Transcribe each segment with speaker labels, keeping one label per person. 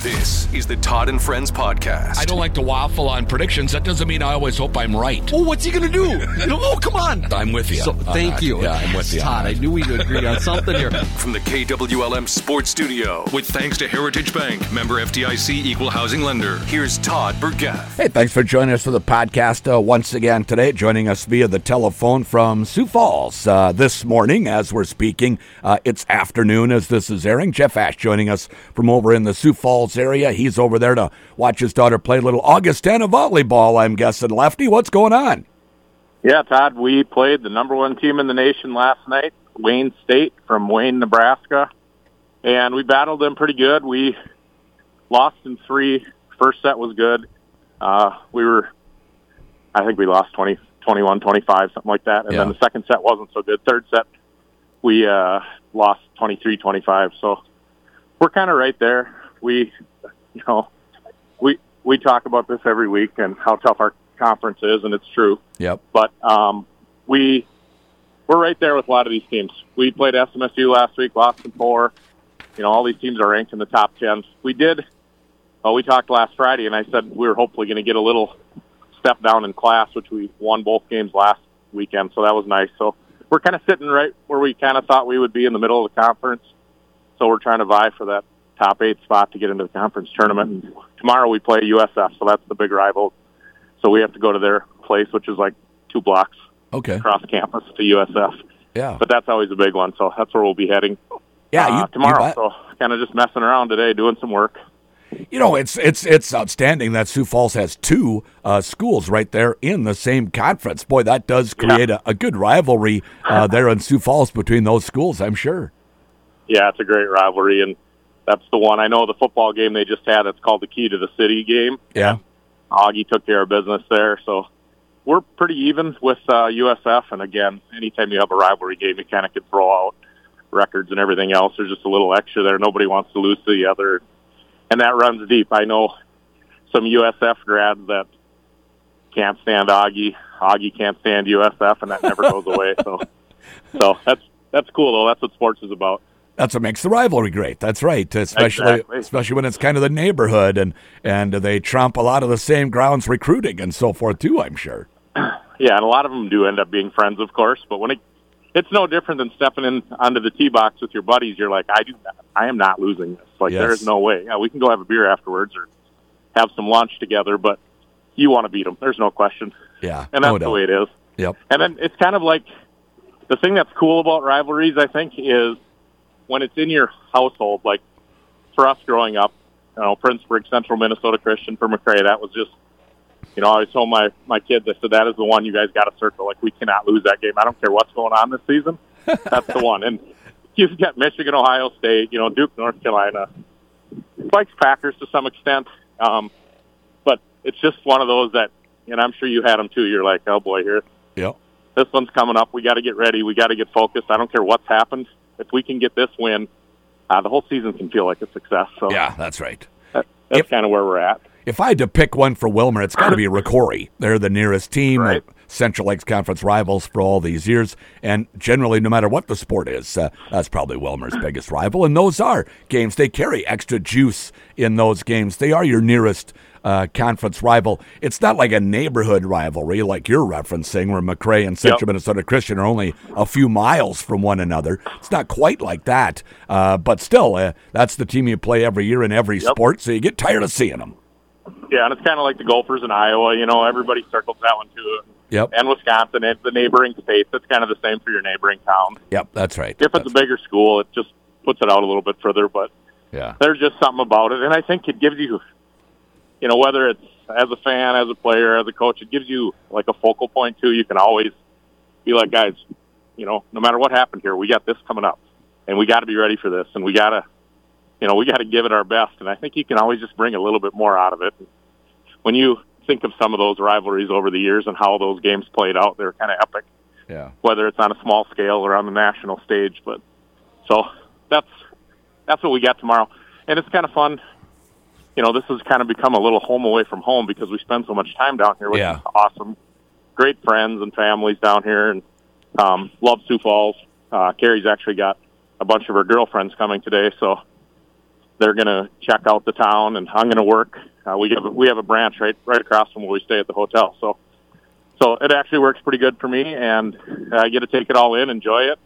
Speaker 1: This is the Todd and Friends podcast.
Speaker 2: I don't like to waffle on predictions. That doesn't mean I always hope I'm right.
Speaker 3: Well, what's he going to do? oh, come on.
Speaker 2: I'm with you.
Speaker 3: So,
Speaker 2: on
Speaker 3: thank
Speaker 2: that.
Speaker 3: you.
Speaker 2: Yeah, I'm with you. on
Speaker 3: Todd, I
Speaker 2: that.
Speaker 3: knew we'd agree on something here.
Speaker 1: From the KWLM Sports Studio, with thanks to Heritage Bank, member FDIC, equal housing lender. Here's Todd Burgaff.
Speaker 4: Hey, thanks for joining us for the podcast uh, once again today. Joining us via the telephone from Sioux Falls uh, this morning as we're speaking. Uh, it's afternoon as this is airing. Jeff Ash joining us from over in the Sioux Falls area. He's over there to watch his daughter play a little Augustana volleyball, I'm guessing. Lefty, what's going on?
Speaker 5: Yeah, Todd, we played the number one team in the nation last night, Wayne State from Wayne, Nebraska, and we battled them pretty good. We lost in three. First set was good. Uh, we were, I think we lost 20, 21, 25, something like that. And then
Speaker 2: Yeah.
Speaker 5: the second set wasn't so good. Third set, we uh, lost 23, 25. So we're kind of right there. We, you know, we, we talk about this every week and how tough our conference is, and it's true
Speaker 4: Yep.
Speaker 5: but um, we we're right there with a lot of these teams. We played SMSU last week, lost in four. You know, all these teams are ranked in the top ten. We did. Well, we talked last Friday, and I said we were hopefully going to get a little step down in class, which we won both games last weekend, so that was nice. So we're kind of sitting right where we kind of thought we would be in the middle of the conference. So we're trying to vie for that top eight spot to get into the conference tournament. And tomorrow we play USF, so that's the big rival. So we have to go to their place, which is like two blocks
Speaker 4: Okay.
Speaker 5: across campus to USF.
Speaker 4: Yeah.
Speaker 5: But that's always a big one, so that's where we'll be heading
Speaker 4: Yeah.
Speaker 5: uh,
Speaker 4: you- you
Speaker 5: tomorrow.
Speaker 4: bet.
Speaker 5: so kind of just messing around today, doing some work.
Speaker 4: You know, it's it's it's outstanding that Sioux Falls has two uh, schools right there in the same conference. Boy, that does create a, a good rivalry uh, there in Sioux Falls between those schools. I'm sure.
Speaker 5: Yeah, it's a great rivalry, and that's the one. I know the football game they just had. It's called the Key to the City game.
Speaker 4: Yeah.
Speaker 5: Augie took care of business there, so we're pretty even with uh, USF. And again, anytime you have a rivalry game, you kind of can throw out records and everything else. There's just a little extra there. Nobody wants to lose to the other, and that runs deep. I know some USF grads that can't stand Augie. Augie can't stand USF, and that never goes away. So, so that's that's cool though. That's what sports is about.
Speaker 4: That's what makes the rivalry great. That's right, especially
Speaker 5: Exactly.
Speaker 4: especially when it's kind of the neighborhood and and they trump a lot of the same grounds recruiting and so forth too. I'm sure.
Speaker 5: Yeah, and a lot of them do end up being friends, of course. But when it, it's no different than stepping in onto the tee box with your buddies. You're like, I do, I am not losing this. Like,
Speaker 4: Yes.
Speaker 5: there is no way. Yeah, we can go have a beer afterwards or have some lunch together, but you want to beat them. There's no question,
Speaker 4: Yeah,
Speaker 5: and that's
Speaker 4: no
Speaker 5: the
Speaker 4: doubt.
Speaker 5: way it is.
Speaker 4: Yep.
Speaker 5: And then it's kind of like the thing that's cool about rivalries, I think, is when it's in your household. Like for us growing up, you know, Princeburg, Central Minnesota Christian for McRae, that was just, you know, I always told my my kids, I said that is the one you guys got to circle. Like we cannot lose that game. I don't care what's going on this season. That's the one. And you've got Michigan, Ohio State, you know, Duke, North Carolina, Spikes, Packers to some extent. Um, but it's just one of those that, and I'm sure you had them too. You're like, oh boy, here
Speaker 4: Yep.
Speaker 5: this one's coming up. We got to get ready. We got to get focused. I don't care what's happened. If we can get this win, uh, the whole season can feel like a success. So
Speaker 4: Yeah, that's right.
Speaker 5: that's
Speaker 4: If-
Speaker 5: kind of where we're at.
Speaker 4: If I had to pick one for Wilmer, it's got to be Ricori. They're the nearest team,
Speaker 5: Right.
Speaker 4: of Central Lakes Conference rivals for all these years, and generally, no matter what the sport is, uh, that's probably Wilmer's biggest rival. And those are games they carry extra juice in those games. They are your nearest uh, conference rival. It's not like a neighborhood rivalry like you're referencing, where McRae and Central Minnesota Christian are only a few miles from one another. It's not quite like that, uh, but still, uh, that's the team you play every year in every sport, so you get tired of seeing them.
Speaker 5: Yeah, and it's kind of like the golfers in Iowa. You know, everybody circles that one too.
Speaker 4: Yep.
Speaker 5: And Wisconsin, and the neighboring states. It's kind of the same for your neighboring town.
Speaker 4: Yep, that's right.
Speaker 5: If it's
Speaker 4: That's-
Speaker 5: a bigger school, it just puts it out a little bit further. But
Speaker 4: yeah,
Speaker 5: there's just something about it, and I think it gives you, you know, whether it's as a fan, as a player, as a coach, it gives you like a focal point too. You can always be like, guys, you know, no matter what happened here, we got this coming up, and we got to be ready for this, and we got to, you know, we got to give it our best. And I think you can always just bring a little bit more out of it. When you think of some of those rivalries over the years and how those games played out, they were kind of epic
Speaker 4: yeah,
Speaker 5: whether it's on a small scale or on the national stage. But so that's that's what we got tomorrow, and it's kind of fun. You know, this has kind of become a little home away from home because we spend so much time down here, which
Speaker 4: Yeah.
Speaker 5: is awesome. Great friends and families down here, and um, love Sioux Falls. Uh, Carrie's actually got a bunch of her girlfriends coming today, so they're going to check out the town, and I'm going to work. Uh, we have we have a branch right right across from where we stay at the hotel, so so it actually works pretty good for me, and I get to take it all in, enjoy it,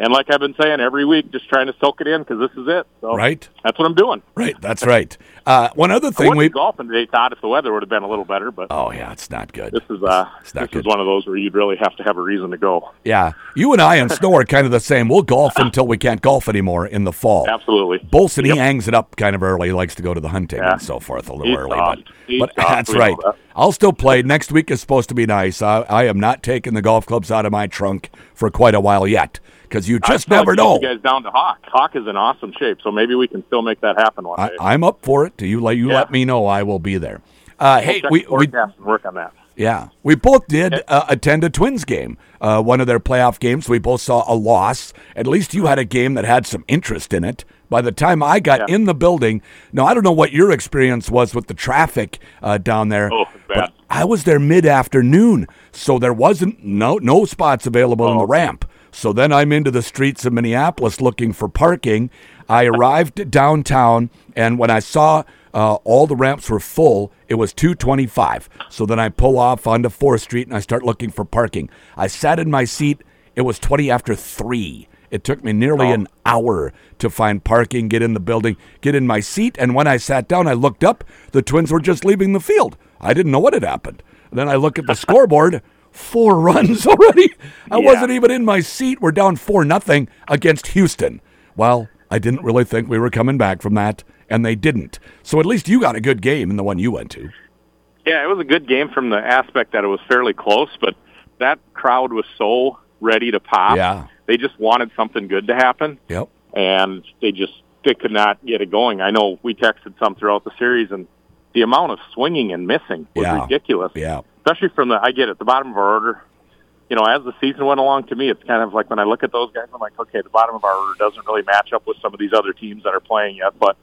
Speaker 5: and like I've been saying every week, just trying to soak it in because this is it. So
Speaker 4: Right.
Speaker 5: that's what I'm doing.
Speaker 4: Right, that's right. Uh, one other
Speaker 5: Oh. I
Speaker 4: thing
Speaker 5: would
Speaker 4: we.
Speaker 5: golfing today, Todd, if the weather would have been a little better, but
Speaker 4: Oh yeah, it's not good.
Speaker 5: this is uh,
Speaker 4: It's not
Speaker 5: this
Speaker 4: good.
Speaker 5: is one of those where you'd really have to have a reason to go.
Speaker 4: Yeah, you and I and Snow are kind of the same. We'll golf until we can't golf anymore in the fall.
Speaker 5: Absolutely.
Speaker 4: Bolson, he hangs it up kind of early. He likes to go to the hunting
Speaker 5: Yeah.
Speaker 4: and so forth a little
Speaker 5: He's
Speaker 4: early.
Speaker 5: soft.
Speaker 4: But,
Speaker 5: He's
Speaker 4: but
Speaker 5: soft,
Speaker 4: that's
Speaker 5: we know
Speaker 4: right.
Speaker 5: that.
Speaker 4: I'll still play. Next week is supposed to be nice. I, I am not taking the golf clubs out of my trunk for quite a while yet because you just
Speaker 5: I'd
Speaker 4: never
Speaker 5: probably take
Speaker 4: know.
Speaker 5: You guys down to Hawk. Hawk is in awesome shape, so maybe we can still make that happen one
Speaker 4: I,
Speaker 5: day.
Speaker 4: I'm up for it. You let you
Speaker 5: Yeah.
Speaker 4: let me know. I will be there. Uh, hey,
Speaker 5: Check
Speaker 4: we,
Speaker 5: the
Speaker 4: we
Speaker 5: forecast and work on that.
Speaker 4: Yeah, we both did uh, attend a Twins game, uh, one of their playoff games. We both saw a loss. At least you had a game that had some interest in it. By the time I got
Speaker 5: Yeah.
Speaker 4: in the building, now I don't know what your experience was with the traffic uh, down there.
Speaker 5: Oh, it's
Speaker 4: but
Speaker 5: bad.
Speaker 4: I was there mid-afternoon, so there wasn't no no spots available on the ramp. So then I'm into the streets of Minneapolis looking for parking. I arrived downtown, and when I saw uh, all the ramps were full, it was 225. So then I pull off onto Fourth Street and I start looking for parking. I sat in my seat. It was 20 after three. It took me nearly an hour to find parking, get in the building, get in my seat. And when I sat down, I looked up. The Twins were just leaving the field. I didn't know what had happened. Then I look at the scoreboard. Four runs already. I wasn't even in my seat. We're down four nothing against Houston. Well, I didn't really think we were coming back from that, and they didn't. So at least you got a good game in the one you went to.
Speaker 5: Yeah, it was a good game from the aspect that it was fairly close, but that crowd was so ready to pop.
Speaker 4: Yeah.
Speaker 5: They just wanted something good to happen,
Speaker 4: Yep.
Speaker 5: and they just they could not get it going. I know we texted some throughout the series, and the amount of swinging and missing was
Speaker 4: Yeah.
Speaker 5: ridiculous.
Speaker 4: Yeah.
Speaker 5: especially from the I get it the bottom of our order. You know, as the season went along, to me, it's kind of like when I look at those guys, I'm like, okay, the bottom of our order doesn't really match up with some of these other teams that are playing yet. But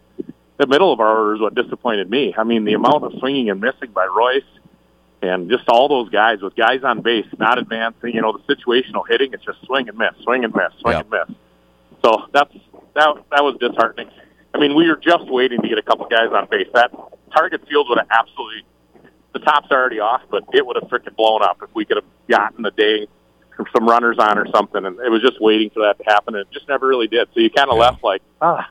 Speaker 5: the middle of our order is what disappointed me. I mean, the amount of swinging and missing by Royce and just all those guys with guys on base, not advancing. You know, the situational hitting, it's just swing and miss, swing and miss, swing
Speaker 4: Yeah.
Speaker 5: and miss. So that's that. That was disheartening. I mean, we were just waiting to get a couple guys on base. That target field would have absolutely the top's already off, but it would have frickin' blown up if we could have gotten the day from some runners on or something. And it was just waiting for that to happen, and it just never really did. So you kind of left like, ah,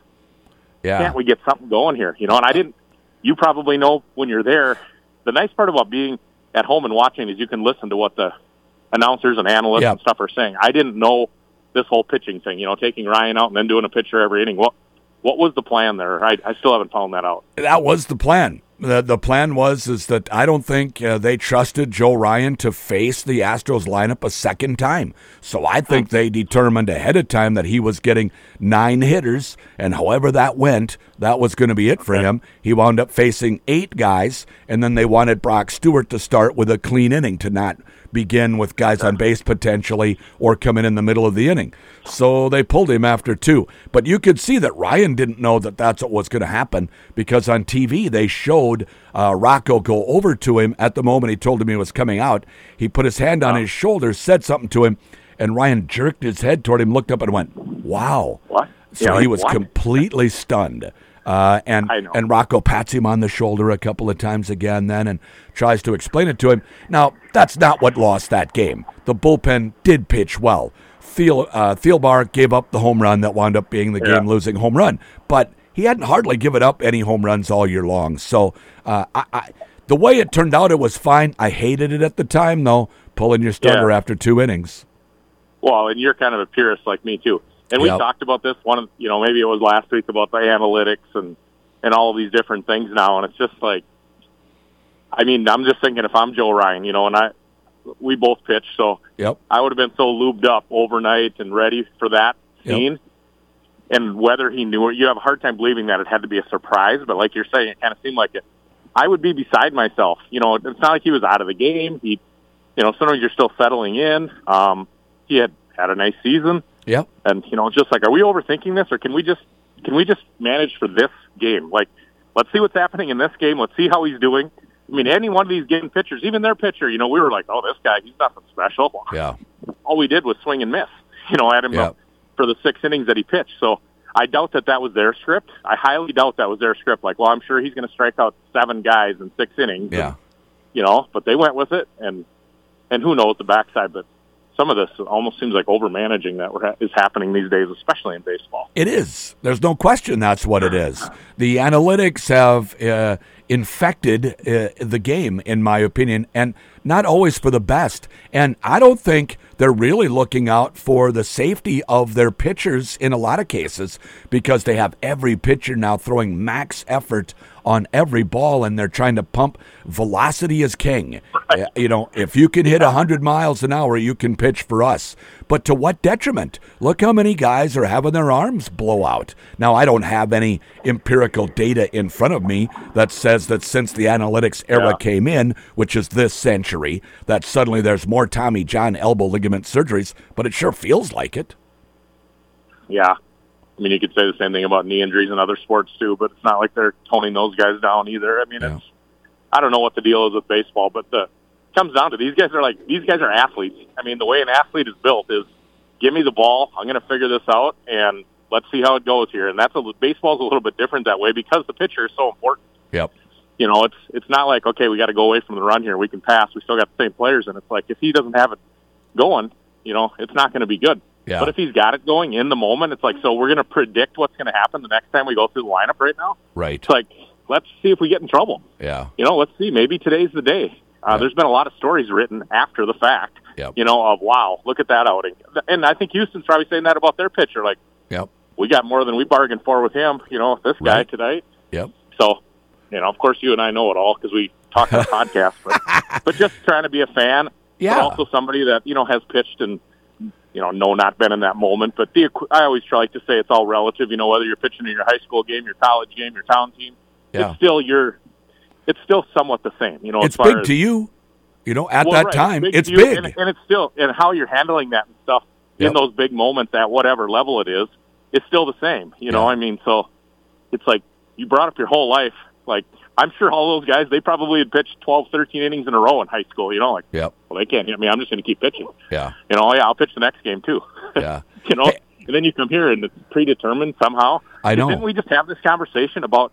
Speaker 4: Yeah.
Speaker 5: can't we get something going here? You know, and I didn't. You probably know when you're there. The nice part about being at home and watching is you can listen to what the announcers and analysts
Speaker 4: Yeah.
Speaker 5: and stuff are saying. I didn't know this whole pitching thing. You know, taking Ryan out and then doing a pitcher every inning. What what was the plan there? I, I still haven't found that out.
Speaker 4: that was the plan. The, the plan was is that I don't think uh, they trusted Joe Ryan to face the Astros lineup a second time. So I think they determined ahead of time that he was getting nine hitters, and however that went, that was going to be it for him. He wound up facing eight guys, and then they wanted Brock Stewart to start with a clean inning to not begin with guys on base potentially or come in in the middle of the inning. So they pulled him after two. But you could see that Ryan didn't know that that's what was going to happen because on TV they showed uh, Rocco go over to him at the moment he told him he was coming out. He put his hand on his shoulder, said something to him, and Ryan jerked his head toward him, looked up, and went, Wow.
Speaker 5: What?
Speaker 4: So
Speaker 5: Yeah,
Speaker 4: he
Speaker 5: like,
Speaker 4: was
Speaker 5: what?
Speaker 4: completely stunned. Uh, and
Speaker 5: I know.
Speaker 4: and Rocco pats him on the shoulder a couple of times again, then, and tries to explain it to him. Now, that's not what lost that game. The bullpen did pitch well. Thiel, uh, Thielbar gave up the home run that wound up being the game losing home run, but he hadn't hardly given up any home runs all year long. So uh, I, I, the way it turned out, it was fine. I hated it at the time, though, pulling your starter
Speaker 5: Yeah.
Speaker 4: after two innings.
Speaker 5: Well, and you're kind of a purist like me too. And we
Speaker 4: Yep.
Speaker 5: talked about this one, of- you know, maybe it was last week about the analytics and and all of these different things now. And it's just like, I mean, I'm just thinking if I'm Joe Ryan, you know, and I we both pitch, so
Speaker 4: Yep.
Speaker 5: I would have been so lubed up overnight and ready for that
Speaker 4: Yep.
Speaker 5: scene. And whether he knew it, you have a hard time believing that it had to be a surprise. But like you're saying, it kind of seemed like it. I would be beside myself. You know, it's not like he was out of the game. He, you know, sometimes you're still settling in. Um, he had had a nice season,
Speaker 4: Yep.
Speaker 5: and you know, just like, are we overthinking this, or can we just can we just manage for this game? Like, let's see what's happening in this game. Let's see how he's doing. I mean, any one of these game pitchers, even their pitcher, you know, we were like, oh, this guy, he's nothing special
Speaker 4: Yeah.
Speaker 5: all we did was swing and miss. You know, at him
Speaker 4: Yeah.
Speaker 5: for the six innings that he pitched. So I doubt that that was their script. I highly doubt that was their script. Like, well, I'm sure he's going to strike out seven guys in six innings.
Speaker 4: Yeah.
Speaker 5: you know, but they went with it, and and who knows the backside, but. Some of this almost seems like overmanaging that we're ha- is happening these days, especially in baseball.
Speaker 4: It is. There's no question that's what it is. The analytics have uh, infected uh, the game, in my opinion, and not always for the best. And I don't think they're really looking out for the safety of their pitchers in a lot of cases because they have every pitcher now throwing max effort on every ball and they're trying to pump velocity is king. Uh, You know, if you can hit 100 miles an hour, you can pitch for us. But to what detriment? Look how many guys are having their arms blow out. Now, I don't have any empirical data in front of me that says that since the analytics era
Speaker 5: Yeah.
Speaker 4: came in, which is this century, that suddenly there's more Tommy John elbow ligament surgeries, but it sure feels like it.
Speaker 5: Yeah. I mean, you could say the same thing about knee injuries in other sports too, but it's not like they're toning those guys down either. I mean,
Speaker 4: Yeah.
Speaker 5: it's I don't know what the deal is with baseball, but the it comes down to these guys are like these guys are athletes. I mean, the way an athlete is built is give me the ball, I'm going to figure this out, and let's see how it goes here. And that's a, baseball's a little bit different that way because the pitcher is so important.
Speaker 4: Yep.
Speaker 5: You know, it's it's not like okay, we got to go away from the run here. We can pass. We still got the same players, and it's like if he doesn't have it going, you know, it's not going to be good.
Speaker 4: Yeah.
Speaker 5: But if he's got it going in the moment, it's like, so we're going to predict what's going to happen the next time we go through the lineup right now?
Speaker 4: Right.
Speaker 5: It's like, let's see if we get in trouble.
Speaker 4: Yeah.
Speaker 5: You know, let's see. Maybe today's the day. Uh,
Speaker 4: Yeah.
Speaker 5: There's been a lot of stories written after the fact,
Speaker 4: Yep.
Speaker 5: you know, of, wow, look at that outing. And I think Houston's probably saying that about their pitcher. Like,
Speaker 4: Yep.
Speaker 5: we got more than we bargained for with him, you know, this guy
Speaker 4: Right.
Speaker 5: tonight.
Speaker 4: Yep.
Speaker 5: So, you know, of course, you and I know it all because we talk on the podcast, but, but just trying to be a fan.
Speaker 4: Yeah.
Speaker 5: But also somebody that, you know, has pitched and, you know, no, not been in that moment. But the, equ- I always try like to say it's all relative, you know, whether you're pitching in your high school game, your college game, your town team.
Speaker 4: Yeah.
Speaker 5: It's still your, it's still somewhat the same, you know, as
Speaker 4: It's
Speaker 5: far
Speaker 4: big
Speaker 5: as,
Speaker 4: to you. You know, at
Speaker 5: well,
Speaker 4: that
Speaker 5: right,
Speaker 4: time, it's
Speaker 5: to you,
Speaker 4: big.
Speaker 5: And, and it's still, and how you're handling that and stuff
Speaker 4: Yep.
Speaker 5: in those big moments at whatever level it is, it's still the same. You know,
Speaker 4: Yeah.
Speaker 5: I mean, so it's like you brought up your whole life. Like, I'm sure all those guys, they probably had pitched 12, 13 innings in a row in high school. You know, like,
Speaker 4: Yep.
Speaker 5: well, they can't hit me. I'm just going to keep pitching.
Speaker 4: Yeah.
Speaker 5: You know, yeah, I'll pitch the next game too.
Speaker 4: Yeah.
Speaker 5: you know,
Speaker 4: Hey.
Speaker 5: and then you come here and it's predetermined somehow.
Speaker 4: I know.
Speaker 5: Didn't we just have this conversation about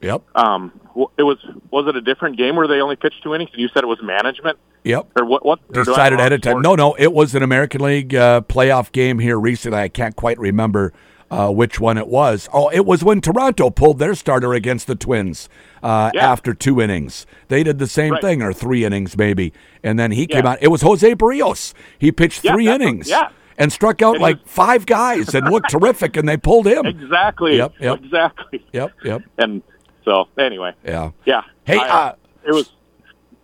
Speaker 4: Yep.
Speaker 5: um? wh- It was was it a different game where they only pitched two innings, and you said it was management
Speaker 4: Yep.
Speaker 5: or what? What or do I have
Speaker 4: decided
Speaker 5: the
Speaker 4: ahead
Speaker 5: wrong
Speaker 4: of time.
Speaker 5: sport?
Speaker 4: No, no, it was an American League uh, playoff game here recently. I can't quite remember uh, which one it was. Oh, it was when Toronto pulled their starter against the Twins uh,
Speaker 5: Yeah.
Speaker 4: after two innings. They did the same
Speaker 5: Right.
Speaker 4: thing, or three innings maybe, and then he came
Speaker 5: Yeah.
Speaker 4: out. It was Jose Barrios. He pitched
Speaker 5: Yeah,
Speaker 4: three
Speaker 5: that's what-
Speaker 4: innings.
Speaker 5: yeah.
Speaker 4: And struck out
Speaker 5: And
Speaker 4: like five guys and looked terrific, and they pulled him.
Speaker 5: Exactly.
Speaker 4: Yep, yep.
Speaker 5: Exactly.
Speaker 4: Yep, yep,
Speaker 5: And so, anyway,
Speaker 4: yeah.
Speaker 5: yeah.
Speaker 4: Hey,
Speaker 5: I,
Speaker 4: uh,
Speaker 5: it was.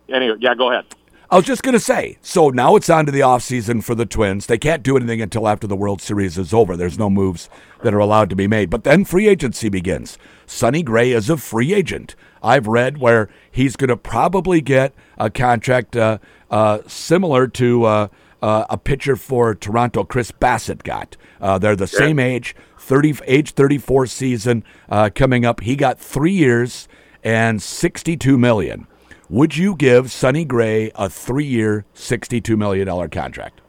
Speaker 5: Anyway, yeah. Go ahead.
Speaker 4: I was just going to say, so now it's on to the offseason for the Twins. They can't do anything until after the World Series is over. There's no moves that are allowed to be made. But then free agency begins. Sonny Gray is a free agent. I've read where he's going to probably get a contract uh, uh, similar to uh, uh, a pitcher for Toronto, Chris Bassett, got. Uh, they're the same age, 30, age 34 season uh, coming up. He got three years and 62 million. Would you give Sonny Gray a three-year, sixty-two million dollar contract?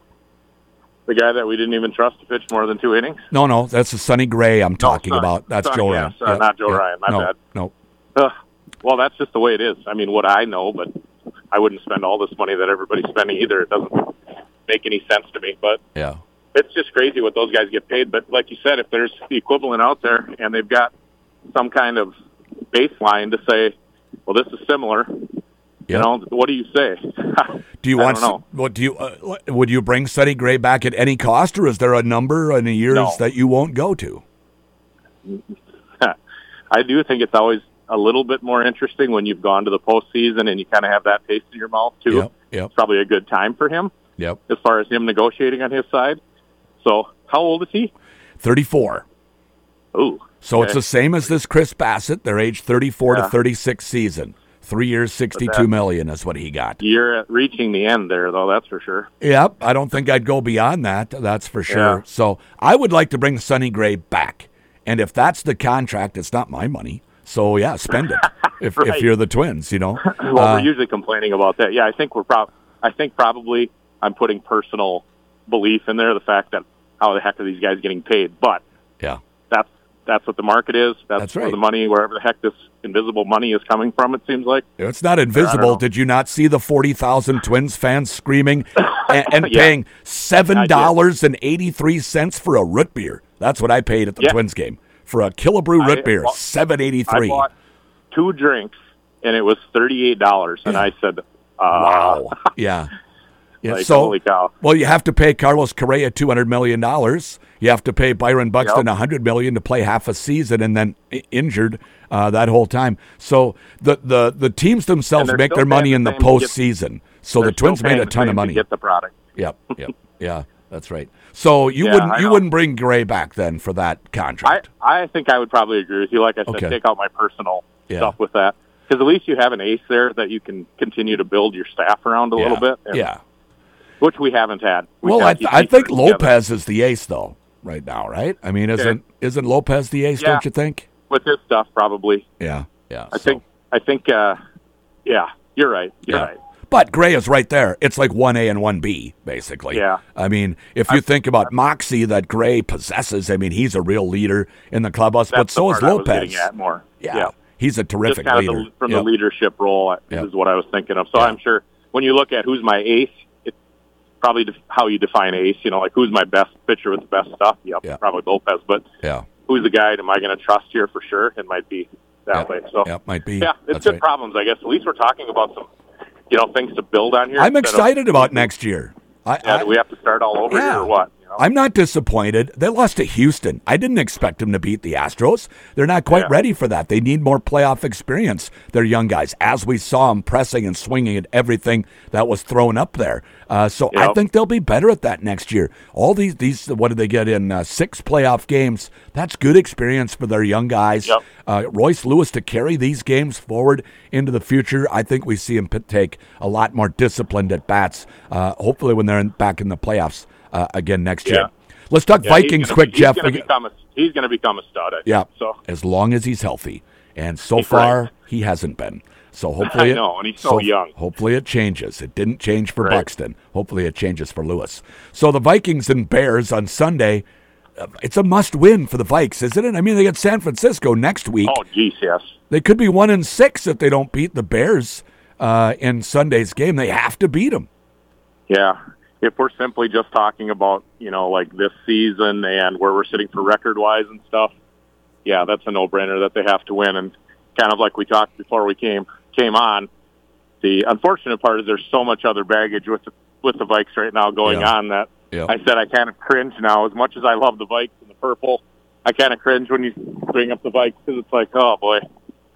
Speaker 5: The guy that we didn't even trust to pitch more than two innings.
Speaker 4: No, no, that's the Sonny Gray I'm talking
Speaker 5: Sonny.
Speaker 4: about. That's
Speaker 5: Sonny,
Speaker 4: Joe
Speaker 5: yeah,
Speaker 4: Ryan.
Speaker 5: sorry, not Joe Ryan, my
Speaker 4: no,
Speaker 5: bad.
Speaker 4: No,
Speaker 5: Ugh. Well, that's just the way it is. I mean, what I know, but I wouldn't spend all this money that everybody's spending either. It doesn't make any sense to me. But
Speaker 4: yeah,
Speaker 5: it's just crazy what those guys get paid. But like you said, if there's the equivalent out there and they've got some kind of baseline to say, well, this is similar. You
Speaker 4: Yep.
Speaker 5: know, what do you say?
Speaker 4: Do you
Speaker 5: I
Speaker 4: want?
Speaker 5: don't know.
Speaker 4: What do you? Uh, would you bring Sonny Gray back at any cost, or is there a number in the years
Speaker 5: No.
Speaker 4: that you won't go to?
Speaker 5: I do think it's always a little bit more interesting when you've gone to the postseason and you kind of have that taste in your mouth too.
Speaker 4: Yep, yep,
Speaker 5: It's probably a good time for him
Speaker 4: yep.
Speaker 5: as far as him negotiating on his side. So, how old is he?
Speaker 4: Thirty-four.
Speaker 5: Ooh,
Speaker 4: So it's
Speaker 5: Okay.
Speaker 4: the same as this Chris Bassett. They're age thirty-four to thirty-six season. Three years, sixty-two million is what he got.
Speaker 5: you're at reaching the end there, though. That's for sure.
Speaker 4: Yep, I don't think I'd go beyond that. That's for sure.
Speaker 5: Yeah.
Speaker 4: So I would like to bring Sonny Gray back, and if that's the contract, it's not my money. So yeah, spend it if, if
Speaker 5: Right.
Speaker 4: you're the Twins. You know,
Speaker 5: Well,
Speaker 4: Uh,
Speaker 5: we're usually complaining about that. Yeah, I think we're prob. I think probably I'm putting personal belief in there, the fact that how the heck are these guys getting paid? But
Speaker 4: yeah,
Speaker 5: that's that's what the market is. That's,
Speaker 4: That's
Speaker 5: where
Speaker 4: right.
Speaker 5: the money, wherever the heck this invisible money is coming from. It seems like.
Speaker 4: It's not invisible. Did you not see the 40,000 Twins fans screaming and, and
Speaker 5: Yeah.
Speaker 4: paying $7.83 for a root beer? That's what I paid at the
Speaker 5: Yeah.
Speaker 4: Twins game for a Killebrew root
Speaker 5: I
Speaker 4: beer,
Speaker 5: bought- I
Speaker 4: 7.83.
Speaker 5: bought two drinks and it was thirty eight dollars, and I said, uh,
Speaker 4: Wow. Yeah. Yeah,
Speaker 5: Like,
Speaker 4: so,
Speaker 5: holy cow.
Speaker 4: well, you have to pay Carlos Correa two hundred million dollars. You have to pay Byron Buxton a hundred million to play half a season and then i- injured uh, that whole time. So the, the, the teams themselves
Speaker 5: they're
Speaker 4: make
Speaker 5: still
Speaker 4: their money
Speaker 5: paying
Speaker 4: in the
Speaker 5: the same to get-
Speaker 4: postseason. So
Speaker 5: they're
Speaker 4: the
Speaker 5: still
Speaker 4: Twins made
Speaker 5: paying
Speaker 4: a
Speaker 5: the
Speaker 4: ton
Speaker 5: same
Speaker 4: of
Speaker 5: to
Speaker 4: money.
Speaker 5: Get the product.
Speaker 4: Yep, yep, yeah. That's right. So you
Speaker 5: Yeah,
Speaker 4: wouldn't
Speaker 5: I
Speaker 4: you
Speaker 5: know.
Speaker 4: wouldn't bring Gray back then for that
Speaker 5: I,
Speaker 4: contract?
Speaker 5: I think I would probably agree with you. Like I said,
Speaker 4: Okay.
Speaker 5: take out my personal
Speaker 4: Yeah.
Speaker 5: stuff with that because at least you have an ace there that you can continue to build your staff around a
Speaker 4: yeah.
Speaker 5: little bit. and-
Speaker 4: yeah.
Speaker 5: which we haven't had. We
Speaker 4: Well,
Speaker 5: kinda
Speaker 4: I,
Speaker 5: keep
Speaker 4: I
Speaker 5: these
Speaker 4: think
Speaker 5: together.
Speaker 4: Lopez is the ace though right now, right? I mean, isn't isn't Lopez the ace?
Speaker 5: Yeah.
Speaker 4: Don't you think?
Speaker 5: with his stuff probably.
Speaker 4: Yeah, yeah.
Speaker 5: I think I think uh, yeah, you're right. You're right.
Speaker 4: But Gray is right there. It's like 1A and 1B, basically.
Speaker 5: Yeah.
Speaker 4: I mean, if you think about Moxie that Gray possesses, I mean, he's a real leader in the clubhouse, but
Speaker 5: That's the
Speaker 4: so is
Speaker 5: part I was
Speaker 4: Lopez.
Speaker 5: getting at more.
Speaker 4: Yeah. He's a
Speaker 5: Just
Speaker 4: terrific
Speaker 5: kind
Speaker 4: leader.
Speaker 5: of the, from
Speaker 4: Yeah.
Speaker 5: the leadership role
Speaker 4: Yeah.
Speaker 5: is what I was thinking of. So
Speaker 4: Yeah.
Speaker 5: I'm sure when you look at who's my ace, it's probably def- how you define ace. You know, like who's my best pitcher with the best stuff? Yep,
Speaker 4: Yeah.
Speaker 5: probably Lopez. But
Speaker 4: Yeah.
Speaker 5: who's the guy? that Am I going to trust here for sure? It might be that
Speaker 4: Yep.
Speaker 5: way. So
Speaker 4: Yep, might be.
Speaker 5: yeah, it's
Speaker 4: That's
Speaker 5: good
Speaker 4: right.
Speaker 5: problems. I guess at least we're talking about some you know things to build on here.
Speaker 4: I'm
Speaker 5: instead of-
Speaker 4: excited about next year. I,
Speaker 5: Yeah,
Speaker 4: I,
Speaker 5: do we have to start all over
Speaker 4: Yeah.
Speaker 5: here or what? You know?
Speaker 4: I'm not disappointed. They lost to Houston. I didn't expect them to beat the Astros. They're not quite
Speaker 5: Yeah.
Speaker 4: ready for that. They need more playoff experience. They're young guys, as we saw them pressing and swinging at everything that was thrown up there. Uh, so I
Speaker 5: Yep.
Speaker 4: think they'll be better at that next year. All these, these what did they get in uh, six playoff games? That's good experience for their young guys.
Speaker 5: Yep.
Speaker 4: Uh, Royce Lewis to carry these games forward into the future. I think we see him p- take a lot more disciplined at bats. Uh, hopefully, when they're in, back in the playoffs uh, again next
Speaker 5: Yeah.
Speaker 4: year. Let's talk
Speaker 5: Yeah, he's
Speaker 4: Vikings
Speaker 5: gonna
Speaker 4: quick,
Speaker 5: be-
Speaker 4: Jeff.
Speaker 5: He's going
Speaker 4: We-
Speaker 5: to become a he's going to become a stud. I think.
Speaker 4: yeah,
Speaker 5: So
Speaker 4: as long as he's healthy, and so
Speaker 5: He's
Speaker 4: far
Speaker 5: right.
Speaker 4: he hasn't been. So hopefully,
Speaker 5: I
Speaker 4: it-
Speaker 5: know, and he's so young.
Speaker 4: Hopefully it changes. It didn't change for
Speaker 5: Right.
Speaker 4: Buxton. Hopefully it changes for Lewis. So the Vikings and Bears on Sunday. uh, It's a must-win for the Vikes, isn't it? I mean, they got San Francisco next week.
Speaker 5: oh geez, yes.
Speaker 4: They could be one and six if they don't beat the Bears uh, in Sunday's game. They have to beat them.
Speaker 5: Yeah. If we're simply just talking about you know like this season and where we're sitting for record wise and stuff, yeah, that's a no brainer that they have to win. And kind of like we talked before we came came on, the unfortunate part is there's so much other baggage with the, with the Vikes right now going
Speaker 4: Yeah.
Speaker 5: on that
Speaker 4: Yeah.
Speaker 5: I said I kind of cringe now. As much as I love the Vikes and the purple, I kind of cringe when you bring up the Vikes because it's like, oh boy.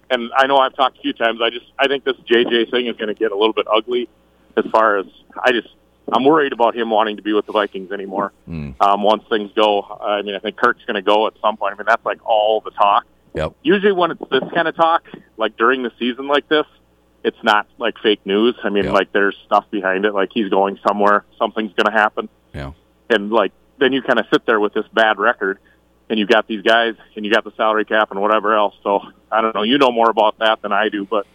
Speaker 5: And I know I've talked a few times. I just I think this JJ thing is going to get a little bit ugly. As far as I just I'm worried about him wanting to be with the Vikings anymore. Um, once things go, I mean I think Kirk's going to go at some point. I mean that's like all the talk.
Speaker 4: Yep.
Speaker 5: Usually when it's this kind of talk, like during the season like this, it's not like fake news. I mean
Speaker 4: Yep.
Speaker 5: like there's stuff behind it. Like he's going somewhere, something's going to happen
Speaker 4: Yeah.
Speaker 5: and like then you kind of sit there with this bad record and you got these guys and you got the salary cap and whatever else so i don't know you know more about that than i do but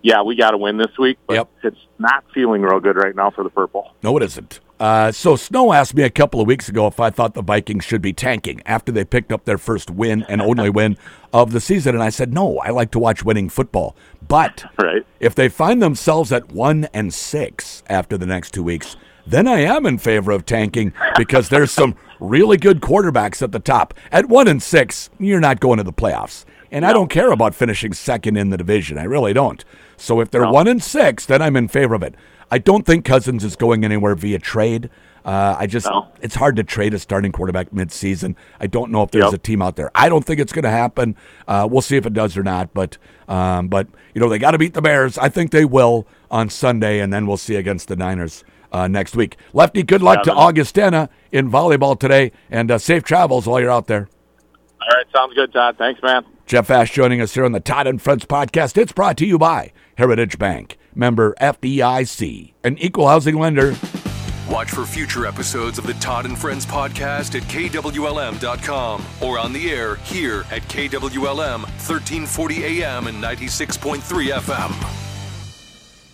Speaker 5: yeah we got to win this week but
Speaker 4: Yep.
Speaker 5: it's not feeling real good right now for the purple
Speaker 4: No, it isn't. Uh, so Snow asked me a couple of weeks ago if I thought the Vikings should be tanking after they picked up their first win and only win of the season, and I said no. I like to watch winning football, but
Speaker 5: right
Speaker 4: if they find themselves at one and six after the next two weeks, then I am in favor of tanking because there's some really good quarterbacks at the top. At one and six, you're not going to the playoffs. And I don't care about finishing second in the division. I really don't. So if they're one and six, then I'm in favor of it. I don't think Cousins is going anywhere via trade. Uh, I just,
Speaker 5: No.
Speaker 4: it's hard to trade a starting quarterback midseason. I don't know if there's
Speaker 5: Yep.
Speaker 4: a team out there. I don't think it's going to happen. Uh, we'll see if it does or not. But um, but you know they got to beat the Bears. I think they will on Sunday, and then we'll see against the Niners uh, next week. Lefty, good luck to
Speaker 5: Yeah, man.
Speaker 4: Augustana in volleyball today, and uh, safe travels while you're out there.
Speaker 5: all right sounds good todd thanks man
Speaker 4: Jeff Ash joining us here on the Todd and Friends podcast. It's brought to you by Heritage Bank, member FDIC, an equal housing lender.
Speaker 1: Watch for future episodes of the Todd and Friends podcast at KWLM.com or on the air here at KWLM 1340 AM and 96.3 FM.